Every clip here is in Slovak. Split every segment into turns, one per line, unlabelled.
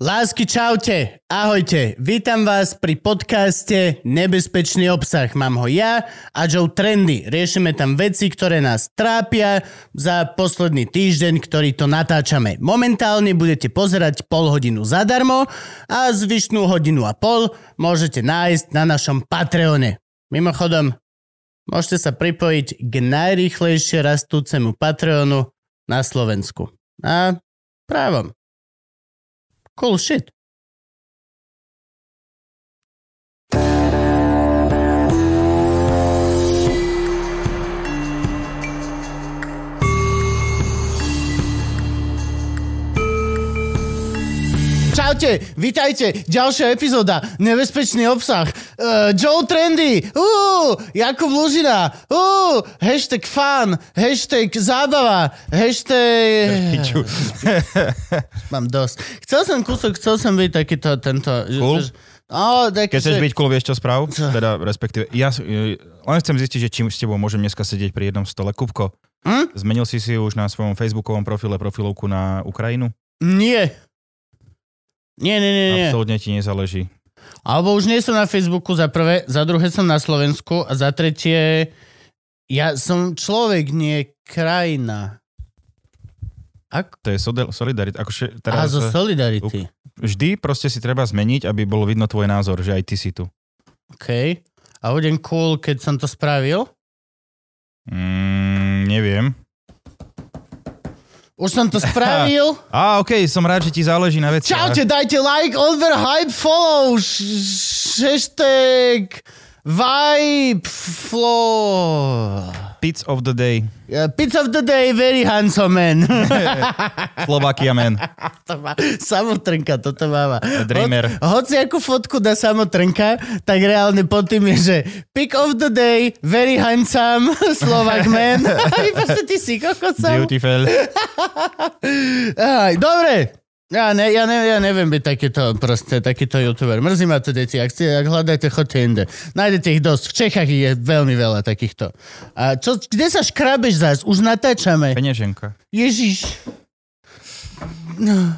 Lásky, čaute, ahojte. Vítam vás pri podcaste Nebezpečný obsah. Mám ho ja a Joe Trendy. Riešime tam veci, ktoré nás trápia za posledný týždeň, ktorý to natáčame. Momentálne budete pozerať pol hodinu zadarmo a zvyšnú hodinu a pol môžete nájsť na našom Patreone. Mimochodom, môžete sa pripojiť k najrýchlejšie rastúcemu Patreonu na Slovensku. A právom. Cool shit. Čaute, vitajte, ďalšia epizóda, nebezpečný obsah, uh, Joe Trendy, uh, Jakub Lužina, uh, hashtag fan, hashtag zábava, hashtag...
Piču.
Eh. Mám dosť. Chcel som kúsok, chcel som byť takýto, tento...
Cool?
že- No, tak,
Keď chceš byť cool, vieš čo správ?
Čo?
Teda respektíve, ja s- e, len chcem zistiť, že čím s tebou môžem dneska sedieť pri jednom stole. Kupko,
Hm?
zmenil si si už na svojom facebookovom profile profilovku na Ukrajinu?
Nie. Nie, nie, nie, nie.
Absolútne ti nezáleží.
Alebo už nie som na Facebooku za prvé, za druhé som na Slovensku a za tretie ja som človek, nie krajina. Ak?
To je sodel- solidarita.
A
Akože teraz
zo
e,
Solidarity.
vždy proste si treba zmeniť, aby bol vidno tvoj názor, že aj ty si tu.
OK. A budem cool, keď som to spravil.
Mm, neviem.
Už som to spravil.
Á, okej, som rád, že ti záleží na veci.
Čaute, dajte like, over, hype, follow, š- š- hashtag, vibe, flow.
Pits of the day.
Uh, Pizza of the day, very handsome man.
Slovakia man.
to má, samotrnka, toto máva.
Dreamer.
Hoc, hoci akú fotku dá samotrnka, tak reálne pod tým je, že pick of the day, very handsome, Slovak man. A vy proste ty si kokos sam.
Beautiful.
Aj, dobre. Ja, ne, ja, ne, ja neviem byť takýto proste, takýto youtuber. Mrzí ma to, deti. Ak, ste, ak hľadáte, chodte inde. Nájdete ich dosť. V Čechách ich je veľmi veľa takýchto. A čo, kde sa škrabeš zás? Už natáčame.
Peneženka.
Ježiš.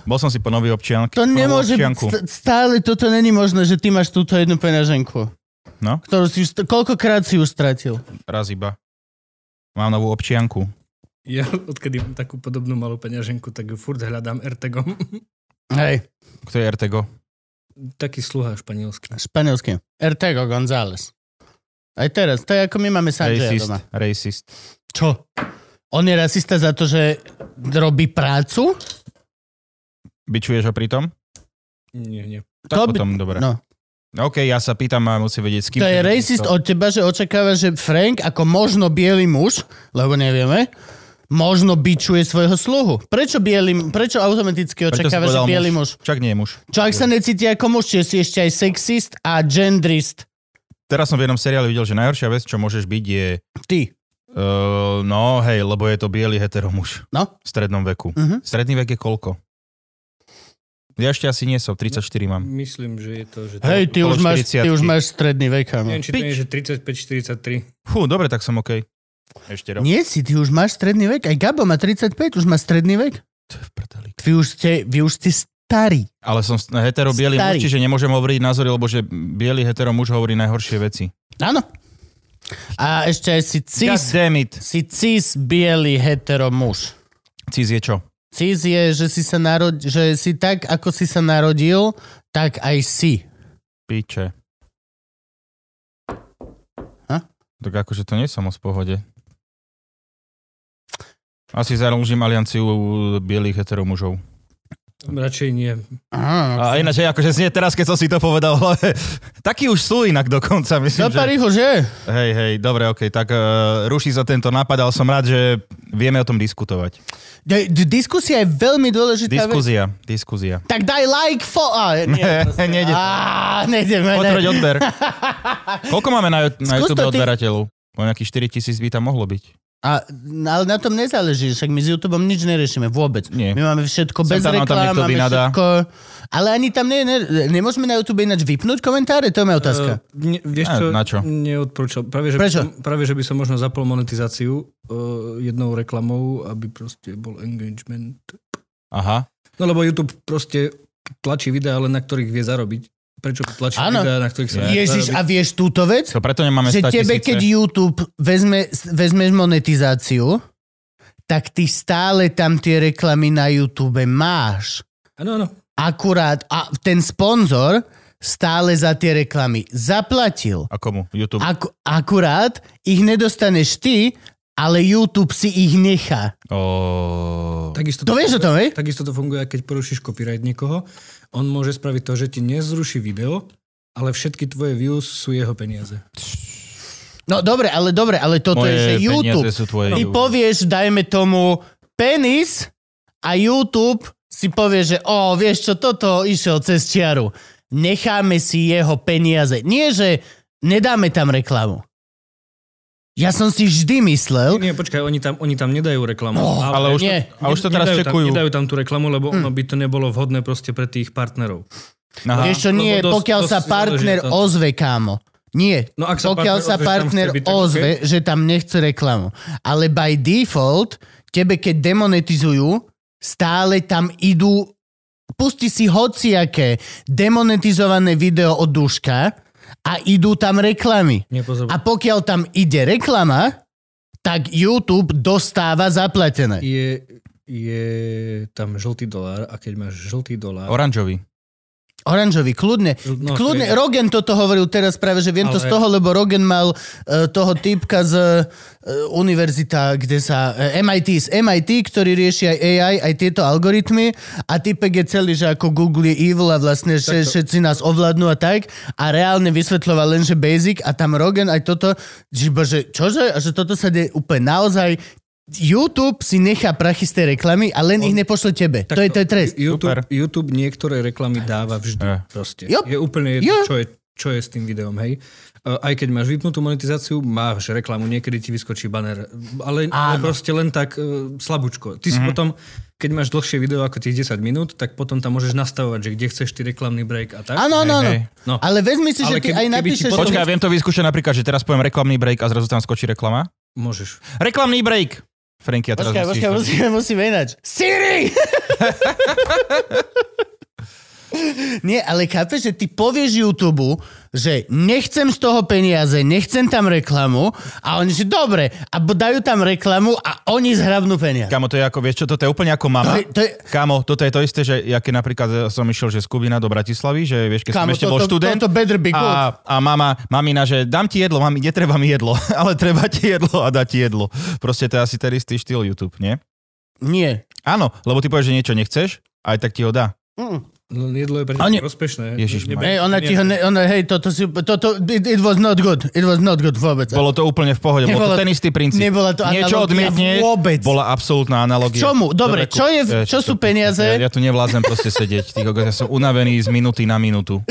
Bol som si po nový občianky.
To
po novú
nemôže byť
občianku.
st- stále, toto není možné, že ty máš túto jednu peňaženku.
No.
Ktorú si už, koľkokrát si ju stratil?
Raz iba. Mám novú občianku.
Ja odkedy mám takú podobnú malú peňaženku, tak ju furt hľadám RTGom.
Hej,
Kto je RTGO?
Taký sluha španielský.
španielský. Ertego González. Aj teraz, to je ako my máme Sanjaya
Racist.
doma.
Racist.
Čo? On je rasista za to, že robí prácu?
Bičuješ ho pritom?
Nie, nie.
Tak
To by-
potom, dobre. No.
No,
OK, ja sa pýtam a musím vedieť, s kým...
to je
sedíš,
racist
to-
od teba, že očakáva, že Frank, ako možno biely muž, lebo nevieme, možno bičuje svojho sluhu. Prečo, biely, prečo automaticky
Preto si
očakáva, že
povedal
biely muž?
Čak nie je muž.
Človek sa necíti ako muž, čiže si ešte aj sexist a gendrist.
Teraz som v jednom seriáli videl, že najhoršia vec, čo môžeš byť, je...
Ty.
Uh, no, hej, lebo je to biely heteromuž
No.
v strednom veku.
Mhm.
Stredný vek je koľko? Ja ešte asi nie som, 34 mám.
Myslím, že je to, že... To...
Hej, ty
Okolo
už, máš, ty
40.
už máš stredný vek, áno.
Neviem, či to nie je, že 35-43.
Fú, dobre, tak som OK. Ešte raz.
Nie si, ty už máš stredný vek. Aj Gabo má 35, už má stredný vek.
To je v prdeli.
Vy už ste, vy už ste starí.
Ale som hetero biely
Starý.
muž, čiže nemôžem hovoriť názory, lebo že biely hetero muž hovorí najhoršie veci.
Áno. A ešte aj si
God
cis,
damn it.
si cis bielý hetero muž.
Cis je čo?
Cis je, že si sa narod, že si tak, ako si sa narodil, tak aj si.
Piče.
Ha?
Tak akože to nie som moc v pohode. Asi založím alianciu bielých hetero mužov.
Radšej nie.
Aha.
A ináč, hej, akože znie teraz, keď som si to povedal, ale takí už sú inak dokonca, myslím,
Zopár
že...
ich už je.
Hej, hej, dobre, okej, tak uh, ruší za tento nápad, ale som rád, že vieme o tom diskutovať.
D- d- Diskusia je veľmi dôležitá. vec.
Diskúzia, diskúzia.
Tak daj like, fo... A, nie, proste.
Nejde.
Á, nejdeme, ne.
Potvrď odber. Koľko máme na, na
Skús
YouTube
to ty.
odberateľov? Po nejakých 4 tisíc by tam mohlo byť.
A, no, ale na tom nezáleží, však my s YouTube nič neriešime vôbec.
Nie.
My máme všetko
Sem
bez
tam nám
reklám,
tam niekto
máme
vynadá.
všetko... Ale ani tam ne, ne, nemôžeme na YouTube ináč vypnúť komentáre? To je moja otázka.
Eh, ne, vieš
Ne,
čo?
na čo?
Neodporúčal. Práve, že
Prečo?
By som, práve, že by som možno zapol monetizáciu uh, jednou reklamou, aby proste bol engagement.
Aha.
No lebo YouTube proste tlačí videá, len na ktorých vie zarobiť. Prečo tlačí
Áno.
videá, na ktorých sa nedá
Ježiš, a
zarobiť?
vieš túto vec?
To preto nemáme
Že
100
tebe,
tisíce.
keď YouTube vezme, vezmeš monetizáciu, tak ty stále tam tie reklamy na YouTube máš.
Áno, áno.
Akurát, a ten sponzor stále za tie reklamy zaplatil.
A komu? YouTube.
Ak, akurát ich nedostaneš ty, ale YouTube si ich nechá.
Oh.
Takisto
To vieš o tom, hej?
Takisto to funguje, aj keď porušíš copyright niekoho. On môže spraviť to, že ti nezruší video, ale všetky tvoje views sú jeho peniaze.
No dobre, ale dobre, ale toto je,
Moje
že YouTube.
peniaze sú tvoje.
Ty
YouTube.
povieš, dajme tomu, penis a YouTube si povie, že o, vieš čo, toto išiel cez čiaru. Necháme si jeho peniaze. Nie, že nedáme tam reklamu. Ja som si vždy myslel,
Nie, počkaj, oni tam, oni tam nedajú reklamu.
No,
Oh, ale už,
nie.
to, a už to teraz
nedajú
čekujú. Hmm.
Tam, nedajú tam tú reklamu, lebo ono by to nebolo vhodné proste pre tých partnerov.
Aha.
vieš čo,
Lebo
nie,
dosť-
pokiaľ
dosť
sa
si
partner
založí to.
ozve, kámo. Nie,
No, ak sa
pokiaľ sa
partner ozve, že tam
partner
chce byť, tak
ozve, že tam nechce reklamu. Ale by default, tebe keď demonetizujú, stále tam idú, pusti si hociaké demonetizované video od duška a idú tam reklamy.
Nepozor,
A pokiaľ tam ide reklama, tak YouTube dostáva zaplatené.
je, je tam žltý dolár a keď máš žltý dolár...
Oranžový.
Oranžový, kľudne.
No,
Kľudne,
to je-
Rogen toto hovoril teraz práve, že viem to z
Ale-
toho, lebo Rogen mal uh, toho typka z uh, univerzita, kde sa, uh, MIT, z MIT, ktorý rieši aj AI, aj tieto algoritmy a typek je celý, že ako Google je evil a vlastne že, všetci nás ovládnu a tak a reálne vysvetľoval len, že basic a tam Rogen aj toto, že bože, čože? A že toto sa deje úplne naozaj YouTube si nechá prachy z tej reklamy a len ich nepošle tebe. To je, to je trest.
YouTube,
Super.
YouTube niektoré reklamy dáva vždy.
Je.
Proste.
Jo.
Je úplne jedno,
Jo.
čo je, čo je s tým videom, hej. E, Aj keď máš vypnutú monetizáciu, máš reklamu, niekedy ti vyskočí banner. Ale, ale
Áno.
proste len tak e, slabučko. Ty si potom, keď máš dlhšie video ako tých 10 minút, tak potom tam môžeš nastavovať, že kde chceš ty reklamný break a tak.
Áno, áno,
Hej,
áno.
hej.
No.
Ale vezmi si, že
Ale
ty
keby-
aj
keby ti
napíšeš...
potom-
Počkaj, ja viem to vyskúšať napríklad, že teraz poviem reklamný break a zrazu tam skočí reklama.
Môžeš.
Reklamný break! Frenky, a teraz
Počkaj,
musíš-
počkaj, musíme, musíme ináč. Siri! Nie, ale chápeš, že ty povieš YouTube, že nechcem z toho peniaze, nechcem tam reklamu a oni, že dobre, a bo- dajú tam reklamu a oni zhrabnú peniaze.
Kamo, to je ako, vieš čo, toto je úplne ako
To
mama.
je, to je,
Kámo, toto je to isté, že ja keď napríklad som išiel že z Kubina do Bratislavy, že vieš, keď
Kámo,
som ešte
to-
bol
to-
študent
toto better be good.
a, a mama, mamina, že dám ti jedlo, mami, netreba mi jedlo, ale treba ti jedlo a dá ti jedlo. Proste to je asi ten istý štýl YouTube, nie?
nie.
Áno, lebo ty povieš, že niečo nechceš, aj tak ti ho dá.
Mm.
No, jedlo je pre
Oni-
teba prospešné.
Ježiš
Nebe-
Hej, ona ti ho, ne, ona, hej, toto si, toto, it, it was not good, it was not good vôbec.
Bolo to úplne v pohode, bol
Nebolo-
to ten istý princíp.
nebola to analogia
niečo odmietne,
vôbec.
bola absolútna analogia.
K čomu? Dobre, čo je-
ku- Eh,
čo sú peniaze?
Ja, ja tu nevládzem proste sedieť, ty, kokos, ja som unavený z minuty na minútu.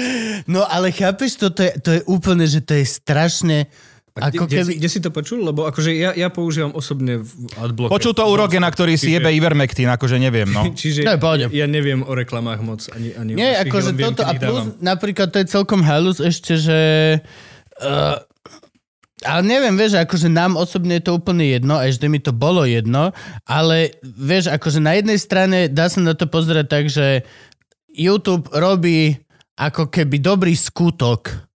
No ale chápeš, toto je, to je úplne, že to je strašne, ako
kde,
keby...
kde, si to počul? Lebo akože ja, ja používam osobne v adblocker.
Počul to u Rogena, ktorý si jebe Ivermectin, akože neviem, no.
Čiže
To je v pohode.
ja neviem o reklamách moc. Ani, ani o
Nie,
našich,
akože
len viem,
toto
kedy
a plus
dávam.
napríklad to je celkom halus ešte, že... Uh, ale neviem, vieš, akože nám osobne je to úplne jedno, aj vždy mi to bolo jedno, ale vieš, akože na jednej strane dá sa na to pozerať tak, že YouTube robí ako keby dobrý skutok,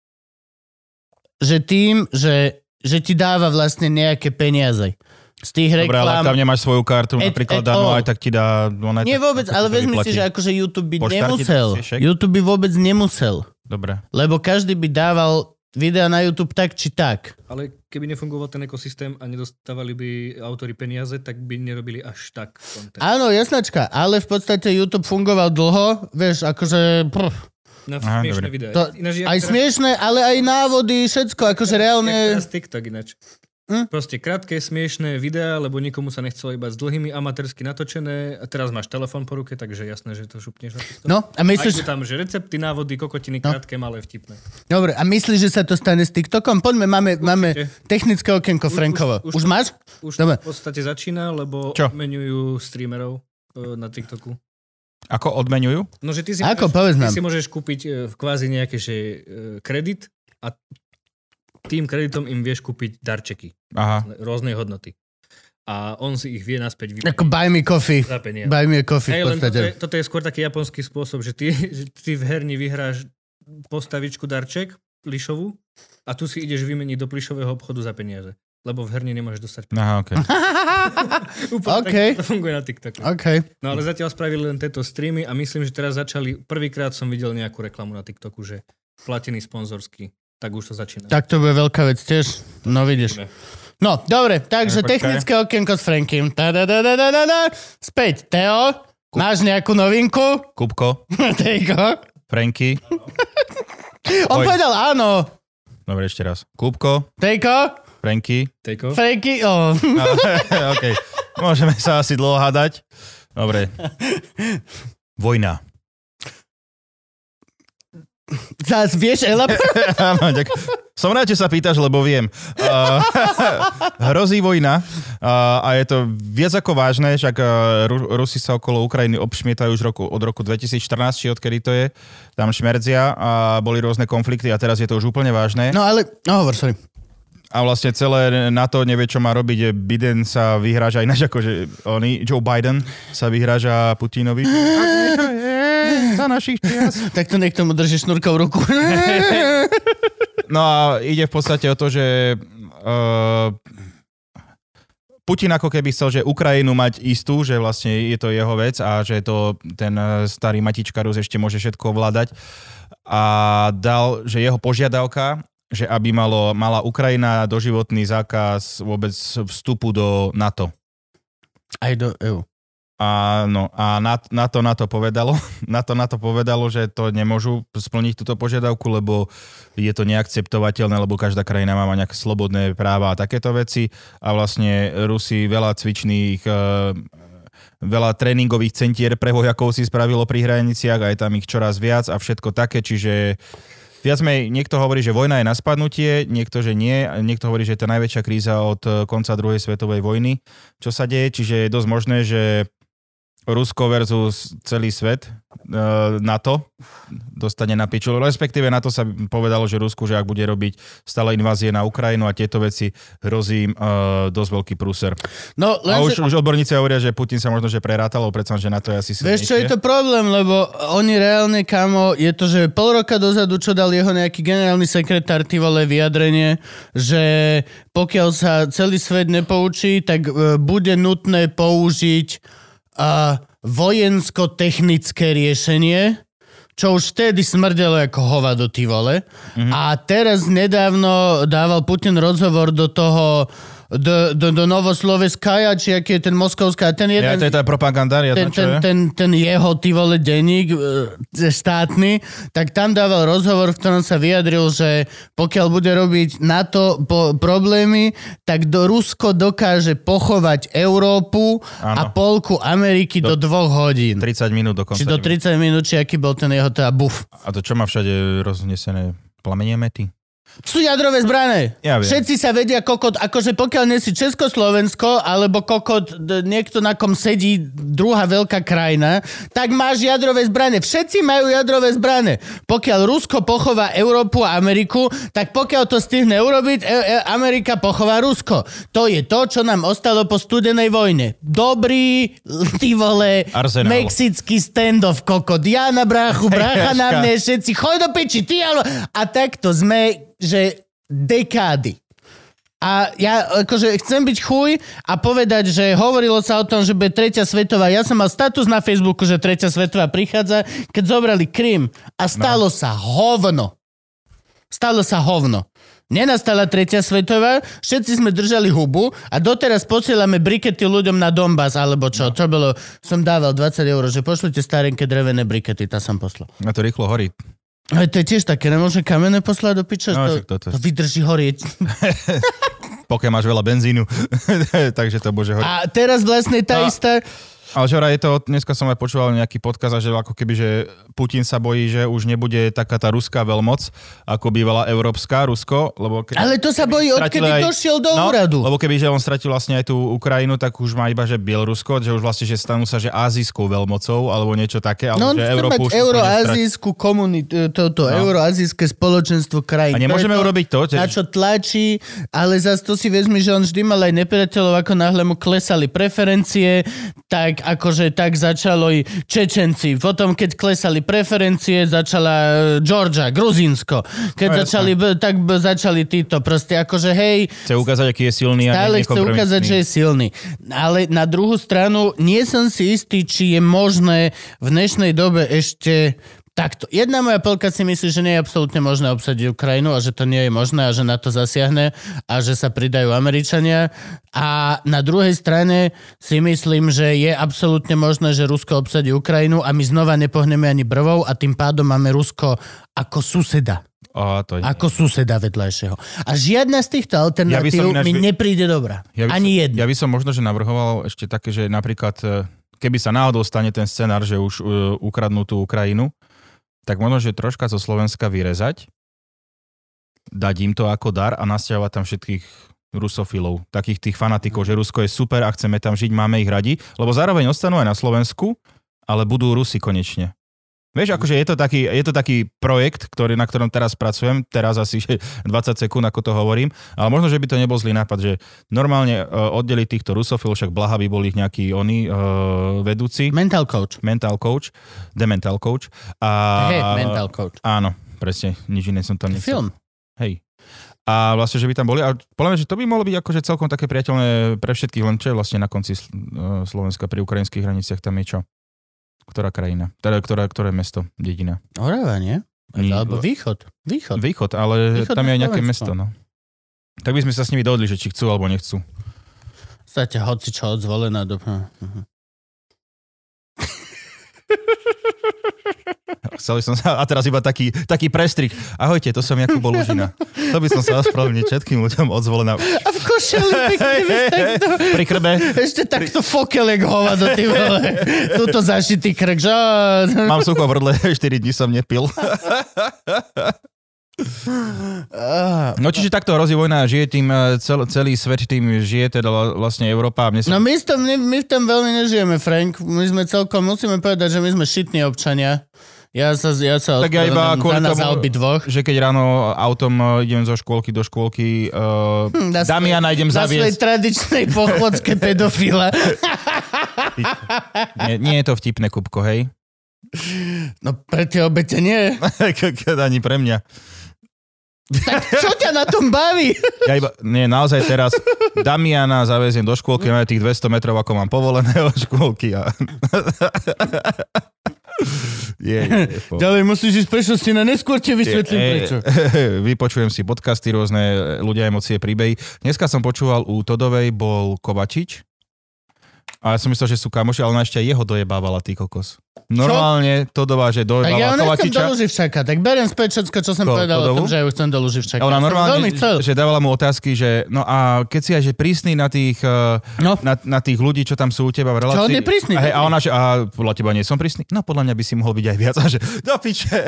že tým, že, že ti dáva vlastne nejaké peniaze z tých
Dobre, ale ak
reklám.
tam nemáš svoju kartu,
Et-
napríklad
et
dá, no
all.
aj tak ti dá... On aj
Nie
tak,
vôbec,
ako
ale
to
vezmi si,
vyplatí.
že akože YouTube by
Poštarti
nemusel.
to stiešek?
YouTube by vôbec nemusel.
Dobre.
Lebo každý by dával videa na YouTube tak či tak.
Ale keby nefungoval ten ekosystém a nedostávali by autory peniaze, tak by nerobili až tak kontent.
Áno, jasnačka, ale v podstate YouTube fungoval dlho, vieš, akože... Prf,
Na
Aha,
smiešne
dobre.
videá.
to,
Ináč, ja
aj
teraz-
smiešné, ale aj návody, všetko, akože reálne...
Jak teraz TikTok ináč.
Hm?
Proste krátke, smiešné videá, lebo nikomu sa nechcelo iba s dlhými amatérsky natočené. A teraz máš telefón po ruke, takže jasné, že to šupneš na TikTok.
No, a
Aj sú
myslíš,
tam, že recepty, návody, kokotiny,
No.
krátke, malé, vtipné.
dobre, a myslíš, že sa to stane s TikTokom? Poďme, máme, máme technické okienko
Už-
Frankovo.
už-
Už,
už-
máš?
Už
Dobre.
Dobre. v podstate začína, lebo
Čo?
menujú streamerov e, na TikToku.
Ako odmenujú?
No, že ty si,
Ako,
môžeš,
povedz
ty
nám.
si môžeš kúpiť e, v kvázi nejaké že, e, kredit a tým kreditom im vieš kúpiť darčeky
Aha.
rôznej hodnoty. a on si ich vie naspäť vybrať.
Ako buy me coffee.
Za peniaze.
Buy me coffee v
Hej, len toto,
podstate.
je, toto je skôr taký japonský spôsob, že ty, že ty v herni vyhráš postavičku darček, plišovú, a tu si ideš vymeniť do plišového obchodu za peniaze. Lebo v herni nemôžeš dostať peniaze.
Aha, okay.
Úplne
OK.
tak, to funguje na TikToku.
OK.
No ale zatiaľ spravili len tieto streamy a myslím, že teraz začali, prvýkrát som videl nejakú reklamu na TikToku, že platený sponzorský, tak už to začína.
Tak to bude veľká vec tiež. No vidíš. No, dobre, takže
Počkaj.
technické okienko s Frankim. Ta, da, da, da, da, da, da. Späť, Teo, máš nejakú novinku?
Kupko,
Tejko?
Franky.
On
Oj.
povedal áno.
Dobre, ešte raz. Kupko,
Tejko?
Franky.
Tejko?
Franky? Oh.
OK. Môžeme sa asi dlho hádať. Dobre. Vojna.
Zás vieš elab?
Áno, ďak. Som rád, že sa pýtaš, lebo viem. Uh, hrozí vojna uh, a je to viac ako vážne, však uh, Ru- Rusi sa okolo Ukrajiny obšmietajú už roku, od roku 2014, či odkedy to je. Tam šmerdzia a boli rôzne konflikty a teraz je to už úplne vážne.
No ale, no hovor, sorry.
A vlastne celé NATO nevie, čo má robiť. Biden sa vyhráža, ináč akože oni, Joe Biden sa vyhráža Putinovi. Za našich čias.
Tak to niekto mu drží šnúrkou ruku.
No a ide v podstate o to, že uh, Putin ako keby chcel, že Ukrajinu mať istú, že vlastne je to jeho vec a že to ten eh, starý Matička Rus ešte môže všetko ovládať. A dal, že jeho požiadavka, že aby malo, mala Ukrajina doživotný zákaz vôbec vstupu do NATO.
Aj do E EU.
A, no, a na, na, to, na to povedalo, na to, na to povedalo, že to nemôžu splniť túto požiadavku, lebo je to neakceptovateľné, lebo každá krajina má nejaké slobodné práva a takéto veci. A vlastne Rusi veľa cvičných, e, veľa tréningových centier pre vojakov si spravilo pri hraniciach a je tam ich čoraz viac a všetko také, čiže Viac menej, niekto hovorí, že vojna je na spadnutie, niekto, že nie, a niekto hovorí, že je to najväčšia kríza od e, konca druhej svetovej vojny, čo sa deje, čiže je dosť možné, že Rusko versus celý svet eh, NATO dostane na piču. Respektíve na to sa povedalo, že Rusku, že ak bude robiť stále invázie na Ukrajinu a tieto veci, hrozí im eh, dosť veľký prúser.
No, len,
A
že-
už, už odborníci hovoria, že Putin sa možno že prerátal, lebo predsa, že na to je asi
Vieš, čo je
silnejšie.
to problém, lebo oni reálne, kamo, je to, že pol roka dozadu, čo dal jeho nejaký generálny sekretár, ty vole, vyjadrenie, že pokiaľ sa celý svet nepoučí, tak e, bude nutné použiť a, vojensko-technické riešenie, čo už vtedy smrdelo ako hovado, ty vole. Mm-hmm. A teraz nedávno dával Putin rozhovor do toho do, do, do Novoslovenskaja, či aký je ten moskovská, ten
Ja,
jeden,
to je tá propaganda, ja
ten,
to, čo
ten,
je?
ten, ten jeho, ty vole, denník e, štátny, tak tam dával rozhovor, v ktorom sa vyjadril, že pokiaľ bude robiť NATO po problémy, tak do Rusko dokáže pochovať Európu ano. a
Áno.
polku Ameriky do, do dvoch hodín.
30 minút dokonca.
Či do 30 minút, či aký bol ten jeho teda buf.
A to čo má všade roznesené plamenie mety?
Sú jadrové zbrané.
Ja viem.
Všetci sa vedia kokot, akože pokiaľ nie si Československo, alebo kokot d- niekto, na kom sedí druhá veľká krajina, tak máš jadrové zbrane. Všetci majú jadrové zbrane. Pokiaľ Rusko pochová Európu a Ameriku, tak pokiaľ to stihne urobiť, e- e- Amerika pochová Rusko. To je to, čo nám ostalo po studenej vojne. Dobrý, ty vole,
Arzenál.
mexický stand-off kokot. Ja na bráchu, brácha na
Jaška.
mne, všetci, choj do peči, ty ale... A takto sme, že dekády. A ja akože chcem byť chuj a povedať, že hovorilo sa o tom, že bude tretia svetová. Ja som mal status na Facebooku, že tretia svetová prichádza, keď zobrali Krym a stalo no. sa hovno. Stalo sa hovno. Nenastala tretia svetová, všetci sme držali hubu a doteraz posielame brikety ľuďom na Donbass, alebo čo.
No.
Čo bolo, som dával 20 eur, že pošlite starenké drevené brikety, tá som poslal.
A to rýchlo horí.
Ale to je tiež také, nemôžem kamenné poslať do piča, no,
No, však toto-
to, to vydrží horieť.
Pokiaľ máš veľa benzínu, takže to bože horí.
A teraz vlastne tá
A-
istá...
Ale že vraj je to, dneska som aj počúval nejaký podkaz, že ako keby, že Putin sa bojí, že už nebude taká tá ruská veľmoc, ako bývala európska, Rusko, lebo keď...
Ale to sa bojí, odkedy
stratili aj-
došiel do
No,
úradu.
Lebo keby, že on stratil vlastne aj tú Ukrajinu, tak už má iba, že Bielorusko, že už vlastne, že stanú sa, že azijskou veľmocou, alebo niečo také, ale
No on
že
chce mať
Európu už úplne strat-
euroazijskú komunitu, toto
No.
euroazijské spoločenstvo krajín.
A
To je
nemôžeme
to,
urobiť to, že-
Na čo tlačí, ale zas to si vezmi, že on vždy mal aj nepriateľov, ako náhle mu klesali preferencie, tak akože tak začalo i Čečenci. Potom, keď klesali preferencie, začala e, Georgia, Gruzínsko. Keď
No, jasné.
začali, b- tak b- začali títo. Proste akože hej,
Chce ukázať, aký je silný a
Stále
nie-
chce ukázať, že je silný. Ale na druhú stranu, nie som si istý, či je možné v dnešnej dobe ešte takto. Jedna moja polka si myslí, že nie je absolútne možné obsadiť Ukrajinu a že to nie je možné a že na to zasiahne a že sa pridajú Američania. A na druhej strane si myslím, že je absolútne možné, že Rusko obsadí Ukrajinu a my znova nepohneme ani brvou a tým pádom máme Rusko ako suseda.
Á, to je...
Ako suseda vedľajšieho. A žiadna z týchto alternatív ja
ináč
mi
vy-
nepríde dobrá.
Ja
Ja
by
Ani
som,
jedna.
Ja by som možno, že navrhoval ešte také, že napríklad, e, keby sa náhodou stane ten scenár, že už e, ukradnú tú Ukrajinu, tak možno, že troška zo Slovenska vyrezať, dať im to ako dar a nasťahovať tam všetkých rusofilov, takých tých fanatikov, že Rusko je super a chceme tam žiť, máme ich radi, lebo zároveň ostanú aj na Slovensku, ale budú Rusi konečne. Vieš, akože je to taký, je to taký projekt, ktorý, na ktorom teraz pracujem, teraz asi že 20 sekúnd, ako to hovorím, ale možno, že by to nebol zlý nápad, že normálne e, oddeliť týchto rusofil, však blaha by boli ich nejakí oni e, vedúci,
Mental coach.
mental coach, demental coach. A,
Hej, mental coach.
Áno, presne, nič iné som tam nechcel.
Film.
Hej. A vlastne, že by tam boli. A podľa mňa, že to by mohlo byť akože celkom také priateľné pre všetkých, len čo je vlastne na konci Sl- e, Slovenska pri ukrajinských hraniciach, tam je čo? Ktorá krajina? Teda, ktorá, ktoré mesto? Dedina?
Horava, nie?
Nie.
Alebo východ. Východ.
Východ, ale
Východné
tam je aj nejaké
Slovensko.
mesto, no. Tak by sme sa s nimi dohodli, že či chcú alebo nechcú.
V podstate hoci čo odzvolená do... Mhm.
Chceli som sa, a teraz iba taký, taký prestrik. Ahojte, to som Jakub Bolužina. To by som sa ospravedlniť všetkým ľuďom odzvolená.
A v košeli pekne, vieš, takto...
Pri krbe.
Ešte takto fokelek hovado, ty vole. Tuto zašitý krk, že...
Mám sucho v hrdle, 4 dní som nepil.
Á.
No čiže takto hrozí vojna, žije tým eh, cel, celý svet, tým žije teda la- vlastne Európa. a Mne sa...
No my, v tom, ne- my v tom veľmi nežijeme, Frank. My sme celkom, musíme povedať, že my sme šitní občania. Ja sa, ja sa
Tak ja iba
ospravedlňujem
kvôli
No, za nás
tomu-
albi dvoch.
že keď ráno autom eh, idem zo škôlky do škôlky, uh, hm,
na
Damiana idem
Na svojej
zaviesť.
tradičnej pochodske pedofila.
Nie, nie je to vtipné, Kupko, hej?
No pre tie obete nie.
Ani pre mňa.
Čo ťa na tom baví?
Ja iba, nie, naozaj teraz Damiana zaveziem do škôlky, máme tých 200 metrov, ako mám povolené od škôlky. A... je, je, po-
Ďalej musíš ísť prečo si na neskôr ti vysvetlím
E,
prečo.
Vypočujem si podcasty rôzne, e, ľudia, emócie, príbehy. Dneska som počúval u Todovej, bol Kovačič. A ja som myslel, že sú kamoši, ale ona ešte aj jeho dojebávala, ty kokos. Normálne Todová, že
Tak ja
dojebávala
ho nechcem
Kovačiča.
do Luživčaka, tak beriem späť všetko, čo som
Ko-
povedal o
Kodovu?
tom, že ju chcem do Luživčaka.
A ona
Ja som
normálne,
veľmi chcel.
že dávala mu otázky, že no a keď si aj že prísny na tých, eh,
No.
na, na tých ľudí, čo tam sú u teba v relácii.
on je prísny,
A, hej, a
dobrý.
ona, že a podľa teba nie som prísny? No podľa mňa by si mohol byť aj viac. A že do piče.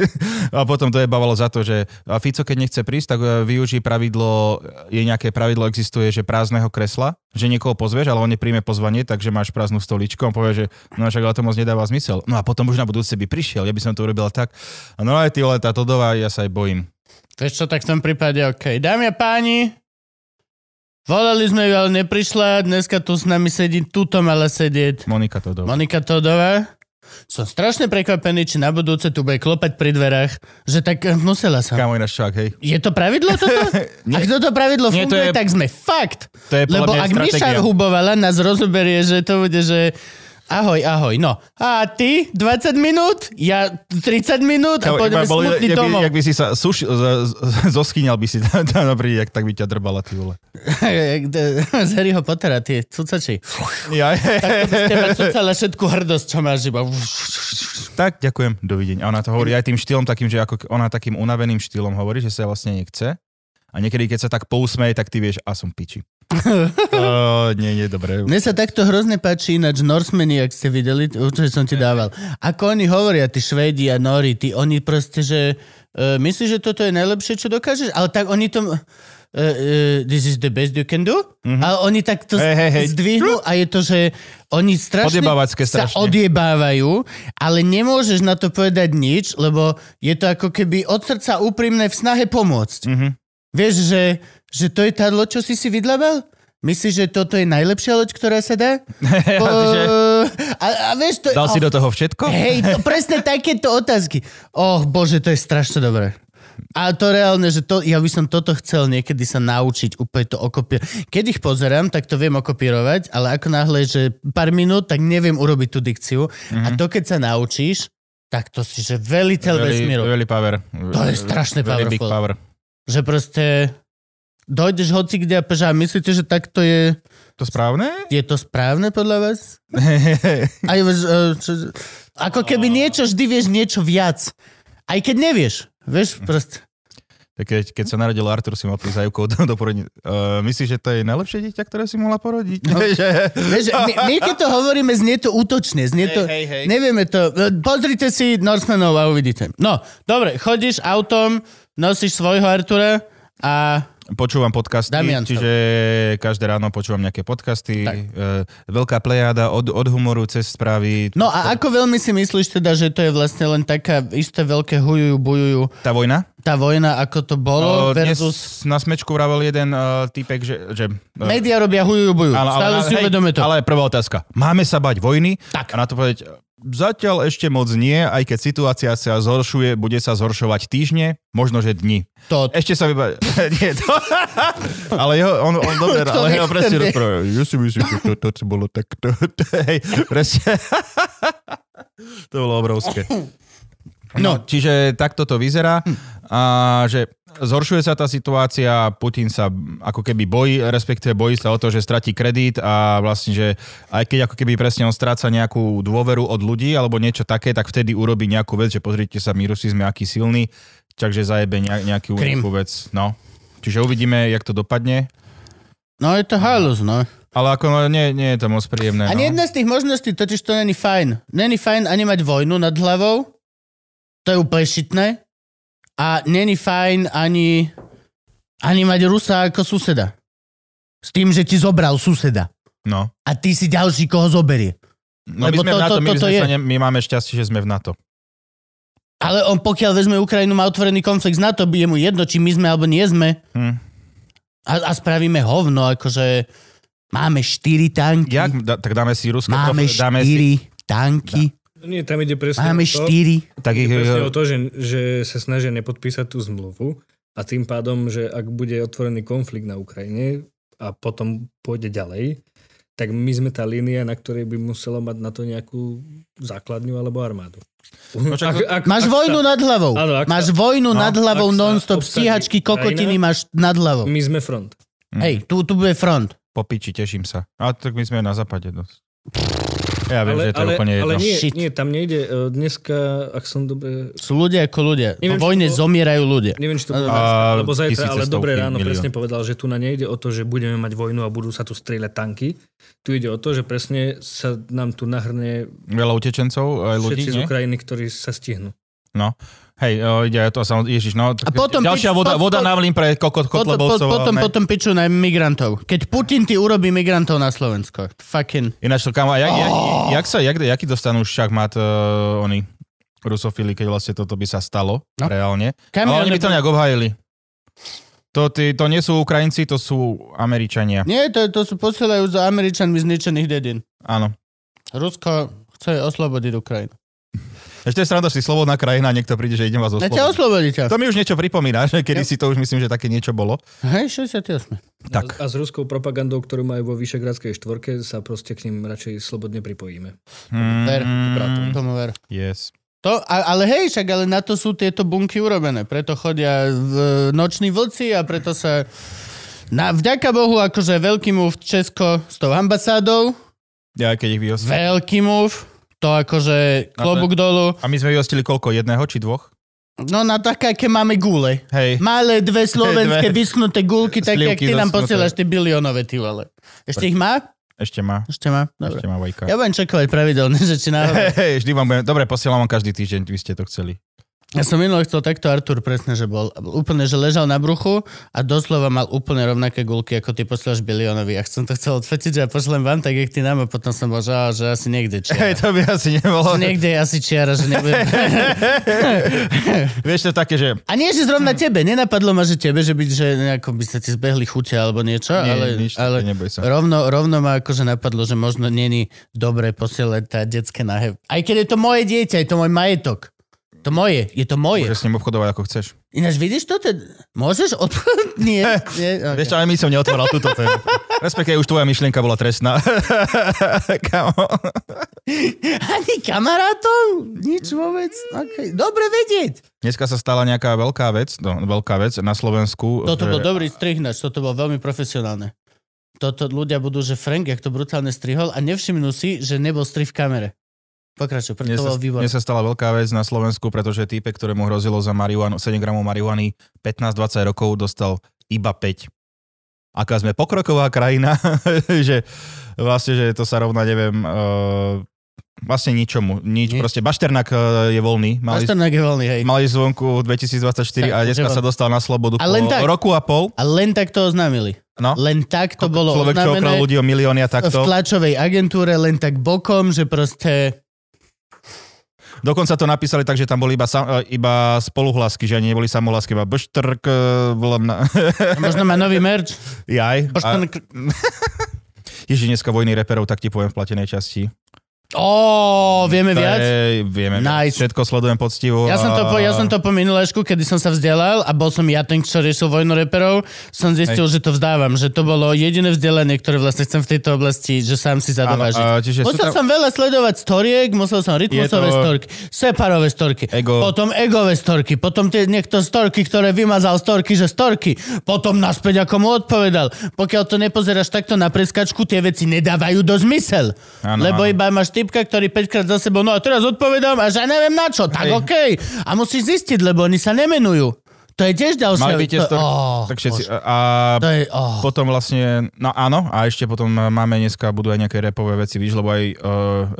a potom to je bavalo za to, že a Fico keď nechce prísť, tak eh, využije pravidlo, e, je nejaké pravidlo existuje, že prázdneho kresla, že niekoho pozveš, ale on nepríjme pozvanie, takže máš prázdnu stoličku. On povie, že no však ale to moc nedáva zmysel. No a potom už na budúce by prišiel, ja by som to urobila tak. A no aj ty, ale tá Todová, ja sa aj bojím.
Vieš čo, tak v tom prípade OK. Dámy a páni, volali sme ju, ale neprišla. Dneska tu s nami sedí, tuto mala sedieť.
Monika Todová.
Monika Todová. Som strašne prekvapený, či na budúce tu bude klopať pri dverách, že tak eh, musela som.
Kámo ináč čak, hej.
Je to pravidlo toto? Ak toto pravidlo
Nie, to
funguje,
je-
tak sme fakt.
To je podľa
Lebo
mňa
ak
stratégia.
Miša Hubová len nás rozoberie, že to bude, že ahoj, ahoj, no. A ty 20 minút, ja 30 minút a
Kámo,
pôjdeme
iba boli-
smutný
jak, by,
domov.
jak by si sa suš, z, z, zoschýňal by si tam, tam napríklad, jak tak by ťa drbala, ty vole.
Z Harryho Pottera, tie cucači.
Ja,
Z teba cucala všetku hrdosť, čo máš iba.
tak, ďakujem, dovidenia. A Ona to hovorí
Hm.
aj tým štýlom takým, že ako ona takým unaveným štýlom hovorí, že sa vlastne nechce. A niekedy, keď sa tak pousmeje, tak ty vieš, a som piči. Uh, nie, nie, dobre.
Mne sa takto hrozne páči ináč Norsemani, ak ste videli, t- určite som ti dával. Ako oni hovoria, tí Švédi a Nori, tí, oni proste, že uh, myslíš, že toto je najlepšie, čo dokážeš? Ale tak oni to... Uh, uh, this is the best you can do? Mm-hmm. A oni tak to
Mhm. Hej, hej, hej.
hey, zdvihnú a je to, že oni strašne
Odjebávacké
sa
strašne.
odjebávajú, ale nemôžeš na to povedať nič, lebo je to ako keby od srdca úprimné v snahe pomôcť.
Mhm.
Vieš, že, že to je tá loď, čo si si vydlabal? Myslíš, že toto je najlepšia loď, ktorá sa dá? Po,
že-
a, a vieš, to...
Dal si do toho všetko?
Hej, to presne takéto otázky. Och, bože, to je strašne dobré. A to reálne, že to, ja by som toto chcel niekedy sa naučiť, úplne to okopírovať. Keď ich pozerám, tak to viem okopírovať, ale ako náhle, že pár minút, tak neviem urobiť tú dikciu. Mm-hmm. A
Mhm.
to, keď sa naučíš, tak to si, že veliteľ vesmíru.
veľmi power.
To je strašne
Veľmi big
powerful.
power.
Že proste dojdeš hoci kde a povieš, a myslíte, že takto je,
To správne?
je to správne podľa vás? Aj, vás, e, čo, ako keby niečo, vždy vieš niečo viac. Aj keď nevieš. Vieš, proste.
Tak keď, keď sa narodil Artur, si mal prísť zajúkou do, do porodní. Uh, myslíš, že to je najlepšie dieťa, ktoré si mohla porodiť? No.
Vieš, my, my keď to hovoríme, znie to útočne. Znie to,
hej, hej.
Nevieme to. E, Pozrite si Norsemanov a uvidíte. No, dobre, chodíš autom, nosíš svojho Artura a
Počúvam podcasty,
Damian to.
čiže každé ráno počúvam nejaké podcasty.
Tak.
Uh, veľká plejáda od, od humoru cez správy.
No a ako veľmi si myslíš teda, že to je vlastne len taká isté veľké hujujú, bujujú
Tá vojna?
tá vojna, ako to bolo
No,
no, versus...
Dnes na smečku vravel jeden uh, typek, že... že
Dnes... Média robia hujujú bujú. Stále si
hej,
uvedome to.
Ale prvá otázka. Máme sa bať vojny?
Tak.
A na to povedať, zatiaľ ešte moc nie, aj keď situácia sa zhoršuje, bude sa zhoršovať týždne, možno že dni.
To...
Ešte sa vyba... nie, to... ale jeho, on, on dobre,
To
ale jeho
nechcem
presne
vedieť.
rozpráva. Ja si myslím, že to, to, to bolo takto. Hej, presne. to bolo obrovské. No, čiže takto to vyzerá,
Hm.
a že zhoršuje sa tá situácia, Putin sa ako keby bojí, respektíve bojí sa o to, že stratí kredít a vlastne, že aj keď ako keby presne on stráca nejakú dôveru od ľudí alebo niečo také, tak vtedy urobí nejakú vec, že pozrite sa, my Rusi sme aký silní, takže zajebe nejak, nejakú,
Krym.
nejakú vec. No. Čiže uvidíme, jak to dopadne.
No je to halus, no.
Ale ako no, nie, nie je to moc príjemné.
Ani
No.
jedna z tých možností, totiž to není fajn. Není fajn ani mať vojnu nad hlavou, to je úplne šitné. A není fajn ani, ani mať Rusa ako suseda. S tým, že ti zobral suseda.
no.
A ty si ďalší, koho zoberie.
no my
Lebo
sme
to-
v NATO,
to-
my, by
toto
sme
je.
sa ne, my máme šťastie, že sme v NATO.
Ale on pokiaľ vezme Ukrajinu, má otvorený konflikt na to, je mu jedno, či my sme alebo nie sme.
Hm.
A, a spravíme hovno, akože máme štyri tanky,
Jak? Da, tak dáme si Rusko.
máme
dáme si,
štyri tanky,
No Nie, tam ide presne
máme
o to,
štyri.
tak ich,
ide presne o to, že, že sa snažia nepodpísať tú zmluvu a tým pádom, že ak bude otvorený konflikt na Ukrajine a potom pôjde ďalej, tak my sme tá línia, na ktorej by muselo mať na to nejakú základňu alebo armádu.
čak-
ak,
Máš
ak
vojnu
sa,
nad hlavou.
Áno, ak
Máš
sa-
vojnu
no,
nad hlavou
ak sa
non-stop.
obsadí
Stíhačky,
krajina-
kokotiny máš nad hlavou.
My sme front.
Mm.
Hej, tu, tu bude front.
po piči, teším sa. A tak my sme na západe dosť. Ja viem,
ale,
že je to
ale,
úplne jedno.
ale nie,
Shit.
nie, tam nejde. e, Dneska, ak som dobre...
Sú ľudia ako ľudia.
Neviem,
Vo
čo
vojne
to bolo.
zomierajú ľudia.
Neviem, či to bude
A
dneska, alebo zajtra,
tisíce,
ale dobre
stovky,
ráno
milión.
presne povedal, že tu na nejde o to, že budeme mať vojnu a budú sa tu strieľať tanky. Tu ide o to, že presne sa nám tu nahrne
Veľa utečencov, aj ľudí,
všetci z
nie?
Ukrajiny, ktorí sa stihnú.
No. Hej, o, ide aj to, sa, ježiš, no.
A potom
ďalšia
pič-
voda,
po- po-
voda navlím pre kokot
Potom, po,
kotlebovcov.
potom,
ale-
potom pičú na migrantov. Keď Putin ti urobí migrantov na Slovensko. Fucking.
Ináč to kamo, a jak, jak,
Oh.
jak, sa, jak, jaký dostanú šachmat uh, oni rusofili, keď vlastne toto by sa stalo
No.
reálne.
Kam je
Ale oni by
on-
to nejak obhájili. To, ty, to nie sú Ukrajinci, to sú Američania.
Nie, to, to sú posielajú za Američanmi zničených dedín.
Áno.
Rusko chce oslobodiť Ukrajinu.
Ešte je sranda, že si slobodná krajina, niekto príde, že idem vás
Ne ťa
oslobodiť.
oslobodí ťa.
To mi už niečo pripomína, že kedy si to už myslím, že také niečo bolo.
Hej, 68.
Tak.
A, a s ruskou propagandou, ktorú majú vo Vyšegradskej štvorke, sa proste k ním radšej slobodne pripojíme.
Ver,
Mm,
tomu ver.
yes.
To, a, ale hej, však ale na to sú tieto bunky urobené, preto chodia v, noční vlci a preto sa... Na, vďaka Bohu, akože veľký move Česko s tou ambasádou,
Ja aj keď ich vyhostili.
veľký move, to akože klobúk dolu.
A my sme vyhostili koľko? Jedného či dvoch?
No na také, aké máme gule.
Hej.
Malé dve slovenské
Hej, dve.
vyschnuté gulky, tak jak
Slivky
ty nám
zasnuté.
posielaš tie bilionové ty vole. Ešte ich má?
Ešte má.
Ešte má? Dobre.
Ešte má vajka.
Ja budem čakovať pravidelne, že či náhodou.
Hej, vždy vám budem... Dobre, posielam vám každý týždeň, vy ste to chceli.
Ja som minulý chcel takto Artur presne, že bol úplne, že ležal na bruchu a doslova mal úplne rovnaké gulky, ako ty posielaš bilionovi. A som to chcel odfetiť, že ja pošlem vám tak, jak ty nám a potom som bol, že, á, že asi niekde čiara.
Hej, to by asi nebolo.
Niekde je asi čiara, že nebudem...
Vieš, to také, že...
A nie, že zrovna tebe. Nenapadlo ma, že tebe, že by, že nejako by sa ti zbehli chute alebo niečo,
Nie,
ale,
nič,
ale
neboj sa.
rovno, rovno ma akože napadlo, že možno není dobre posielať tá detské náhev. Aj keď je to moje dieťa, je to môj majetok. To moje, je to moje.
Môžeš s ním obchodovať ako chceš.
Ináč vidíš to? Te... Môžeš odpovedať? Nie. nie okay.
Vieš čo, aj my som neotváral túto tému. Respektíve už tvoja myšlienka bola trestná. Kamo.
Ani kamarátov? Nič vôbec? Okay. Dobre vedieť.
Dneska sa stala nejaká veľká vec, no, veľká vec na Slovensku.
Toto
že-
bol dobrý strih, ináč, toto bol veľmi profesionálne. Toto ľudia budú, že Frank, jak to brutálne strihol a nevšimnú si, že nebol strih v kamere. Pokračuj, preto to
Mne sa,
bol výborný.
mne sa stala veľká vec na Slovensku, pretože týpek, ktorému hrozilo za marihuanu, 7 gramov marihuany 15-20 rokov, dostal iba 5. Aká sme pokroková krajina, že vlastne, že to sa rovná, neviem, uh, vlastne ničomu. Nič,
Nie.
proste Bašternák eh, je voľný. Mali,
Pastrnak je voľný, hej.
mali zvonku 2024 a
Tak,
dneska
že
sa dostal na
A
slobodu
len
po
tak.
roku a pol.
A len tak to oznámili.
No.
Len tak to bolo
Človek, čo okral
oznámené
ľudí o milióny a
v
takto.
tlačovej agentúre, len tak bokom, že proste...
Dokonca to napísali tak, že tam boli iba, sa, e, iba spoluhlasky, že ani neboli samohlasky, iba bštrk, e, vlna.
A Možno má nový merch.
Jaj. A,
Pastrnak...
ježi, dneska vojny reperov, tak ti poviem v platenej časti.
Ó, vieme
To
viac?
je- vieme nice.
Nice.
viac. Všetko sledujem poctivo.
Ja som to po, ja
a-
som to po minuléšku, kedy som sa vzdelal a bol som ja ten, čo riešil vojnu reperov, som zistil, Hej. že to vzdávam, že to bolo jediné vzdelanie, ktoré vlastne chcem v tejto oblasti, že sám si
Áno,
zadovážiť.
a čiže sú
Musel
tam,
som veľa sledovať storiek, musel som rytmusové
Je to-
storky, separové storky,
Ego.
potom egové storky, potom tie niekto storky, ktoré vymazal storky, že storky, potom naspäť ako mu odpovedal. Pokiaľ to nepozeráš takto na preskačku, tie veci nedávajú do zmysel.
Áno,
lebo
áno.
iba máš typka, ktorý 5 krát za sebou, no a teraz odpovedám a že ja neviem na čo, tak
Hej.
okej. A musíš zistiť, lebo oni sa nemenujú. To je tiež ďalšia...
mali by tie
to,
storky,
oh,
tak všetci,
Bože,
a
to je, oh.
potom vlastne, no áno, a ešte potom máme dneska, budú aj nejaké repové veci, víš, lebo aj uh,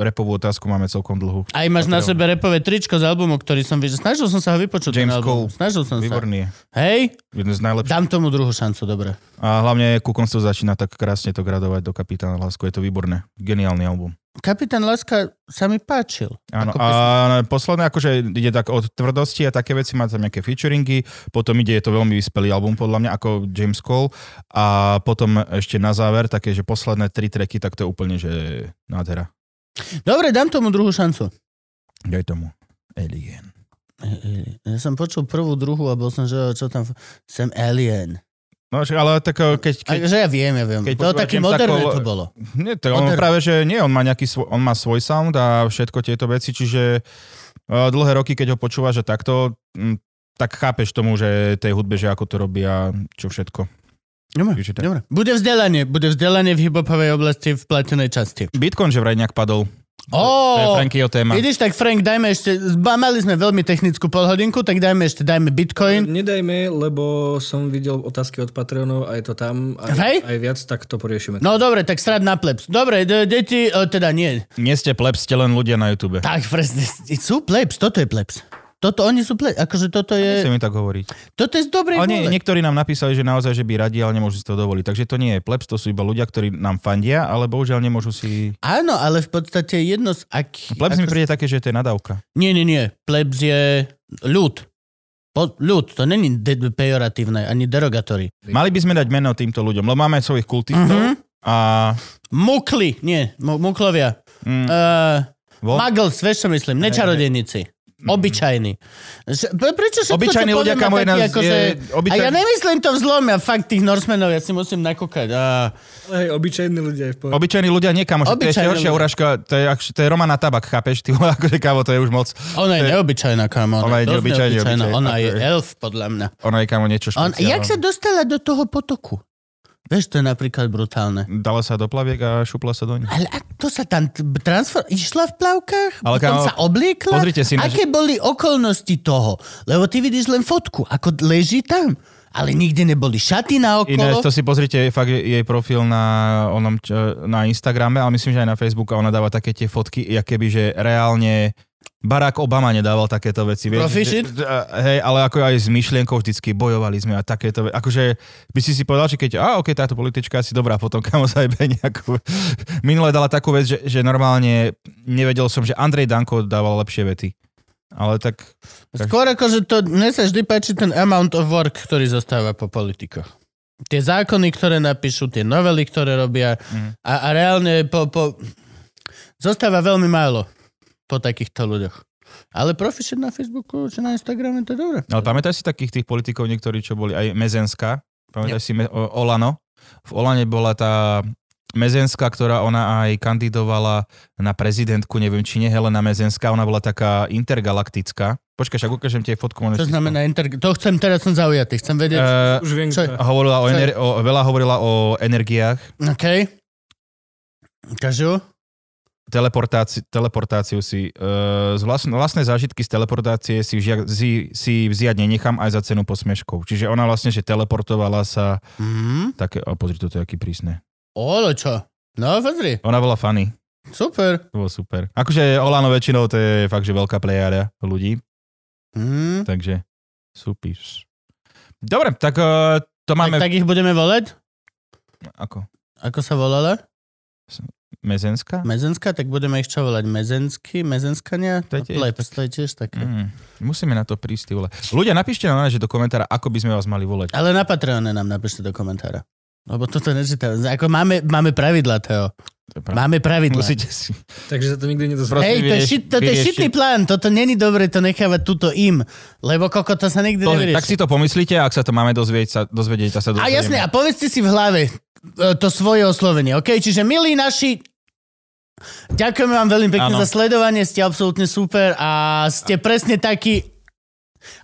repovú otázku máme celkom dlhú.
Aj máš na
Materiál.
sebe repové tričko z albumu, ktorý som videl. Snažil som sa ho vypočuť.
James
ten album.
Cole.
no, Snažil som sa.
Výborný je.
Hej,
Jeden z najlepších.
dám tomu druhú šancu, dobre.
A hlavne ku koncu začína tak krásne to gradovať do Kapitána Lásku. Je to výborné. Geniálny album.
Kapitán Laska sa mi páčil.
Áno.
Ako
A
pesnička.
posledné, akože ide tak od tvrdosti a také veci, má tam nejaké featuringy, potom ide, je to veľmi vyspelý album podľa mňa, ako James Cole. A potom ešte na záver, také, že posledné tri treky, tak to je úplne, že nádhera.
Dobre, dám tomu druhú šancu.
Daj tomu. Alien.
Ja som počul prvú, druhú a bol som, že čo tam... Som alien.
No, že- ale tak keď...
A,
keď
že ja viem, ja viem.
keď
to
počúvaš
také
Jamesa
moderné
Cole-
to bolo.
nie, to on
Moderné.
práve, že nie, on má, nejaký svoj, on má svoj sound a všetko tieto veci, čiže e, dlhé roky, keď ho počúvaš, že takto, mm, tak chápeš tomu, že tej hudbe, že ako to robí a čo všetko.
Dobre,
Čiže tak.
dobre. Bude vzdelanie, bude vzdelanie v hiphopovej oblasti v platenej časti.
Bitcoin, že vraj nejak padol.
Ó,
To je Frankyho téma.
vidíš, tak Frank, dajme ešte, zba- mali sme veľmi technickú polhodinku, tak dajme ešte, dajme Bitcoin.
Nedajme, lebo som videl otázky od Patreonov a je to tam. Aj,
Hej.
aj viac, tak to poriešime.
No dobre, tak srad na plebs. Dobre, de- deti, o, teda nie,
Nie ste pleb, ste len ľudia na YouTube.
Tak, presne. Sú plebs, toto je plebs. Toto, oni sú plebs, akože toto je,
Chcem mi tak hovoriť.
toto je z dobrej
Ale nie,
vôle.
niektorí nám napísali, že naozaj, že by radi, ale nemôžu si to dovoliť. Takže to nie je plebs, to sú iba ľudia, ktorí nám fandia, ale bohužiaľ nemôžu si...
Áno, ale v podstate jedno z aký...
Plebs
ako-
mi príde také, že to je nadávka.
Nie, nie, nie. Plebs je ľud. Po, ľud, to není de- pejoratívne, ani derogatory.
Mali by sme dať meno týmto ľuďom, lebo máme svojich
Mhm.
kultistov a
Mukli, nie, mu, muklovia. Uh,
Mm. Vo-
muggles, vieš čo myslím, nečarodenici. Obyčajní. Že- pre- Prečo všetko to
Obyčajní Mm. ľudia,
povieme
kamo, je
taký
nás-
ako,
je
že...
obyčajný-
akože- A ja nemyslím to vzlom, ja fakt tých Norsemanov, ja si musím nakúkať. A...
Hej, obyčajní ľudia je v pohode.
Obyčajní ľdia nie, kamo, že to je ešte
Obyčajní
horšia
ľudia.
úražka, to je, ak- to je Romana Tabak, chápeš, ty vole, akože kámo, to je už moc,
Ona je neobyčajná, kamo.
Ona je
dosť
neobyčajne
neobyčajná.
obyčajná.
Ona je
Ako je.
elf, podľa mňa.
ona je kámo niečo
On,
špeciálne.
jak sa dostala do toho potoku? Vieš, to je napríklad brutálne.
Dala sa do plaviek a šupla sa doň.
Ale ako sa tam t- transfer... Išla v plavkách?
Ale
potom
kámo,
sa obliekla?
pozrite si na-
Aké boli okolnosti toho? Lebo ty vidíš len fotku, ako leží tam. Ale nikde neboli šaty na
Iné,
okolo.
to si pozrite, je fakt jej profil na, onom, č- na Instagrame, ale myslím, že aj na Facebooku a ona dáva také tie fotky, jak keby, že reálne Barack Obama nedával takéto veci. Vieš,
Proficient?
Že- že- hej, ale ako aj s myšlienkou vždycky bojovali sme a takéto veci. Akože by si si povedal, že keď, a ok, táto politička asi dobrá, potom kamo sa aj nejakú... Minule dala takú vec, že, že normálne nevedel som, že Andrej Danko dával lepšie vety. Ale tak
Skôr ako, že to... Mne sa vždy páči ten amount of work, ktorý zostáva po politikoch. Tie zákony, ktoré napíšu, tie novely, ktoré robia.
Mhm.
A, a reálne po, po... Zostáva veľmi málo po takýchto ľuďoch. Ale proficient na Facebooku či na Instagrame, to je dobré.
Ale pamätáš si takých tých politikov niektorí, čo boli aj Mezenská? Pamätáš si Me- o- Olano? V Olane bola tá Mezenská, ktorá ona aj kandidovala na prezidentku, neviem či nie, Helena Mezenská, ona bola taká intergalaktická. Počkaj, však ukážem tie fotku.
Čo
možno si
znamená inter... To chcem, teraz som zaujatý. Chcem
spom-
vedieť...
Eh,
Už viem,
čo je-
kto-
hovorila o ener- o, veľa hovorila o energiách,
OK. Kažu?
teleportáci- teleportáciu si, eh, z vlastn- vlastné zážitky z teleportácie si, žia- si, si vziať nenechám aj za cenu posmeškov. Čiže ona vlastne, že teleportovala sa,
Mm.
také, a pozri, toto je aký prísne.
Ole, čo? No, pozri.
Ona bola funny,
Super.
to bolo super. Akože Olano väčšinou to je fakt, že veľká plejáda ľudí,
Mm.
takže súpíš. Dobre, tak uh, to máme...
Tak, tak ich budeme volať?
Ako?
Ako sa volala?
Mezenská?
Mezenská? Tak budeme ich čo volať? Mezensky? Mezenskania?
To je tiež
Plebs, to je tiež také. Mm.
Mm, musíme na to prísť, ty vole. Ľudia, napíšte nám že do komentára, ako by sme vás mali volať.
Ale na Patreone nám napíšte do komentára. Lebo toto nečítam. Ako máme, máme pravidla, Teo.
To je pravda.
Máme pravidla.
Musíte si...
Takže sa to nikdy nedozvie.
Proste
Hej, to je,
vyrieš-
šit, to, to je
vyriešiť.
šitný plán, toto není dobre to nechávať tuto im, lebo koko to sa nikdy
To,
nevyrieši.
tak si to pomyslíte, ak sa to máme dozvieť, sa, dozvedieť a sa
A
dozvieme.
jasne, a povedzte si v hlave e, to svoje oslovenie, OK? Čiže milí naši, ďakujeme vám veľmi pekne
Áno.
za sledovanie, ste absolútne super a ste presne takí,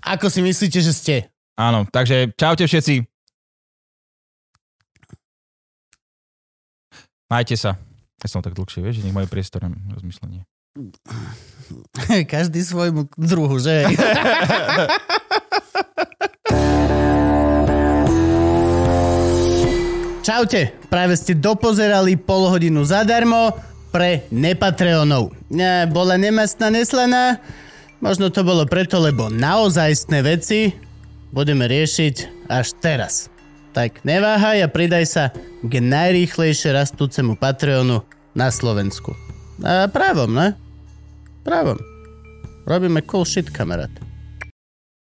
ako si myslíte, že ste.
Áno, takže čaute všetci. Majte sa. Ja som tak dlhšie, vieš, že nech majú priestor na rozmyslenie.
Každý svojmu druhu, že? Čaute, práve ste dopozerali pol hodinu zadarmo pre nepatreonov. E, Bola nemastná neslaná, možno to bolo preto, lebo naozajstné veci budeme riešiť až teraz. Tak neváhaj a pridaj sa k najrýchlejšie rastúcemu Patreonu na Slovensku. A právom, ne? Právom. Robíme cool shit, kamarát.